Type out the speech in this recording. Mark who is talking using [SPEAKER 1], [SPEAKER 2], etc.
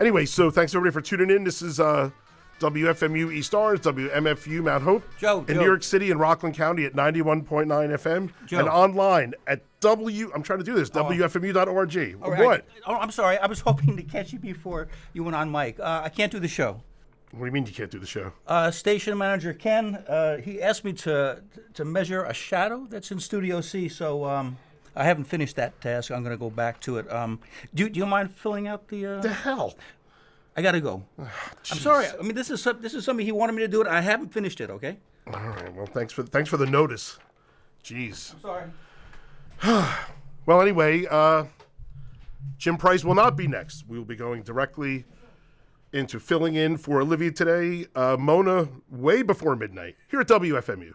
[SPEAKER 1] Anyway, so thanks everybody for tuning in. This is uh, WFMU East Orange, WMFU Mount Hope,
[SPEAKER 2] Joe,
[SPEAKER 1] in
[SPEAKER 2] Joe.
[SPEAKER 1] New York City and Rockland County at 91.9 FM,
[SPEAKER 2] Joe.
[SPEAKER 1] and online at W. I'm trying to do this. WFMU.org.
[SPEAKER 2] All right.
[SPEAKER 1] What?
[SPEAKER 2] Oh, I'm sorry. I was hoping to catch you before you went on mic. Uh, I can't do the show.
[SPEAKER 1] What do you mean you can't do the show?
[SPEAKER 2] Uh, station manager Ken, uh, he asked me to to measure a shadow that's in Studio C. So um, I haven't finished that task. I'm going to go back to it. Um, do, do you mind filling out the? Uh,
[SPEAKER 1] the hell?
[SPEAKER 2] I got to go. I'm sorry. I mean, this is some- this is something he wanted me to do, and I haven't finished it. Okay.
[SPEAKER 1] All right. Well, thanks for thanks for the notice. Jeez.
[SPEAKER 2] Sorry.
[SPEAKER 1] Well, anyway, uh, Jim Price will not be next. We will be going directly into filling in for Olivia today. Uh, Mona, way before midnight here at WFMU.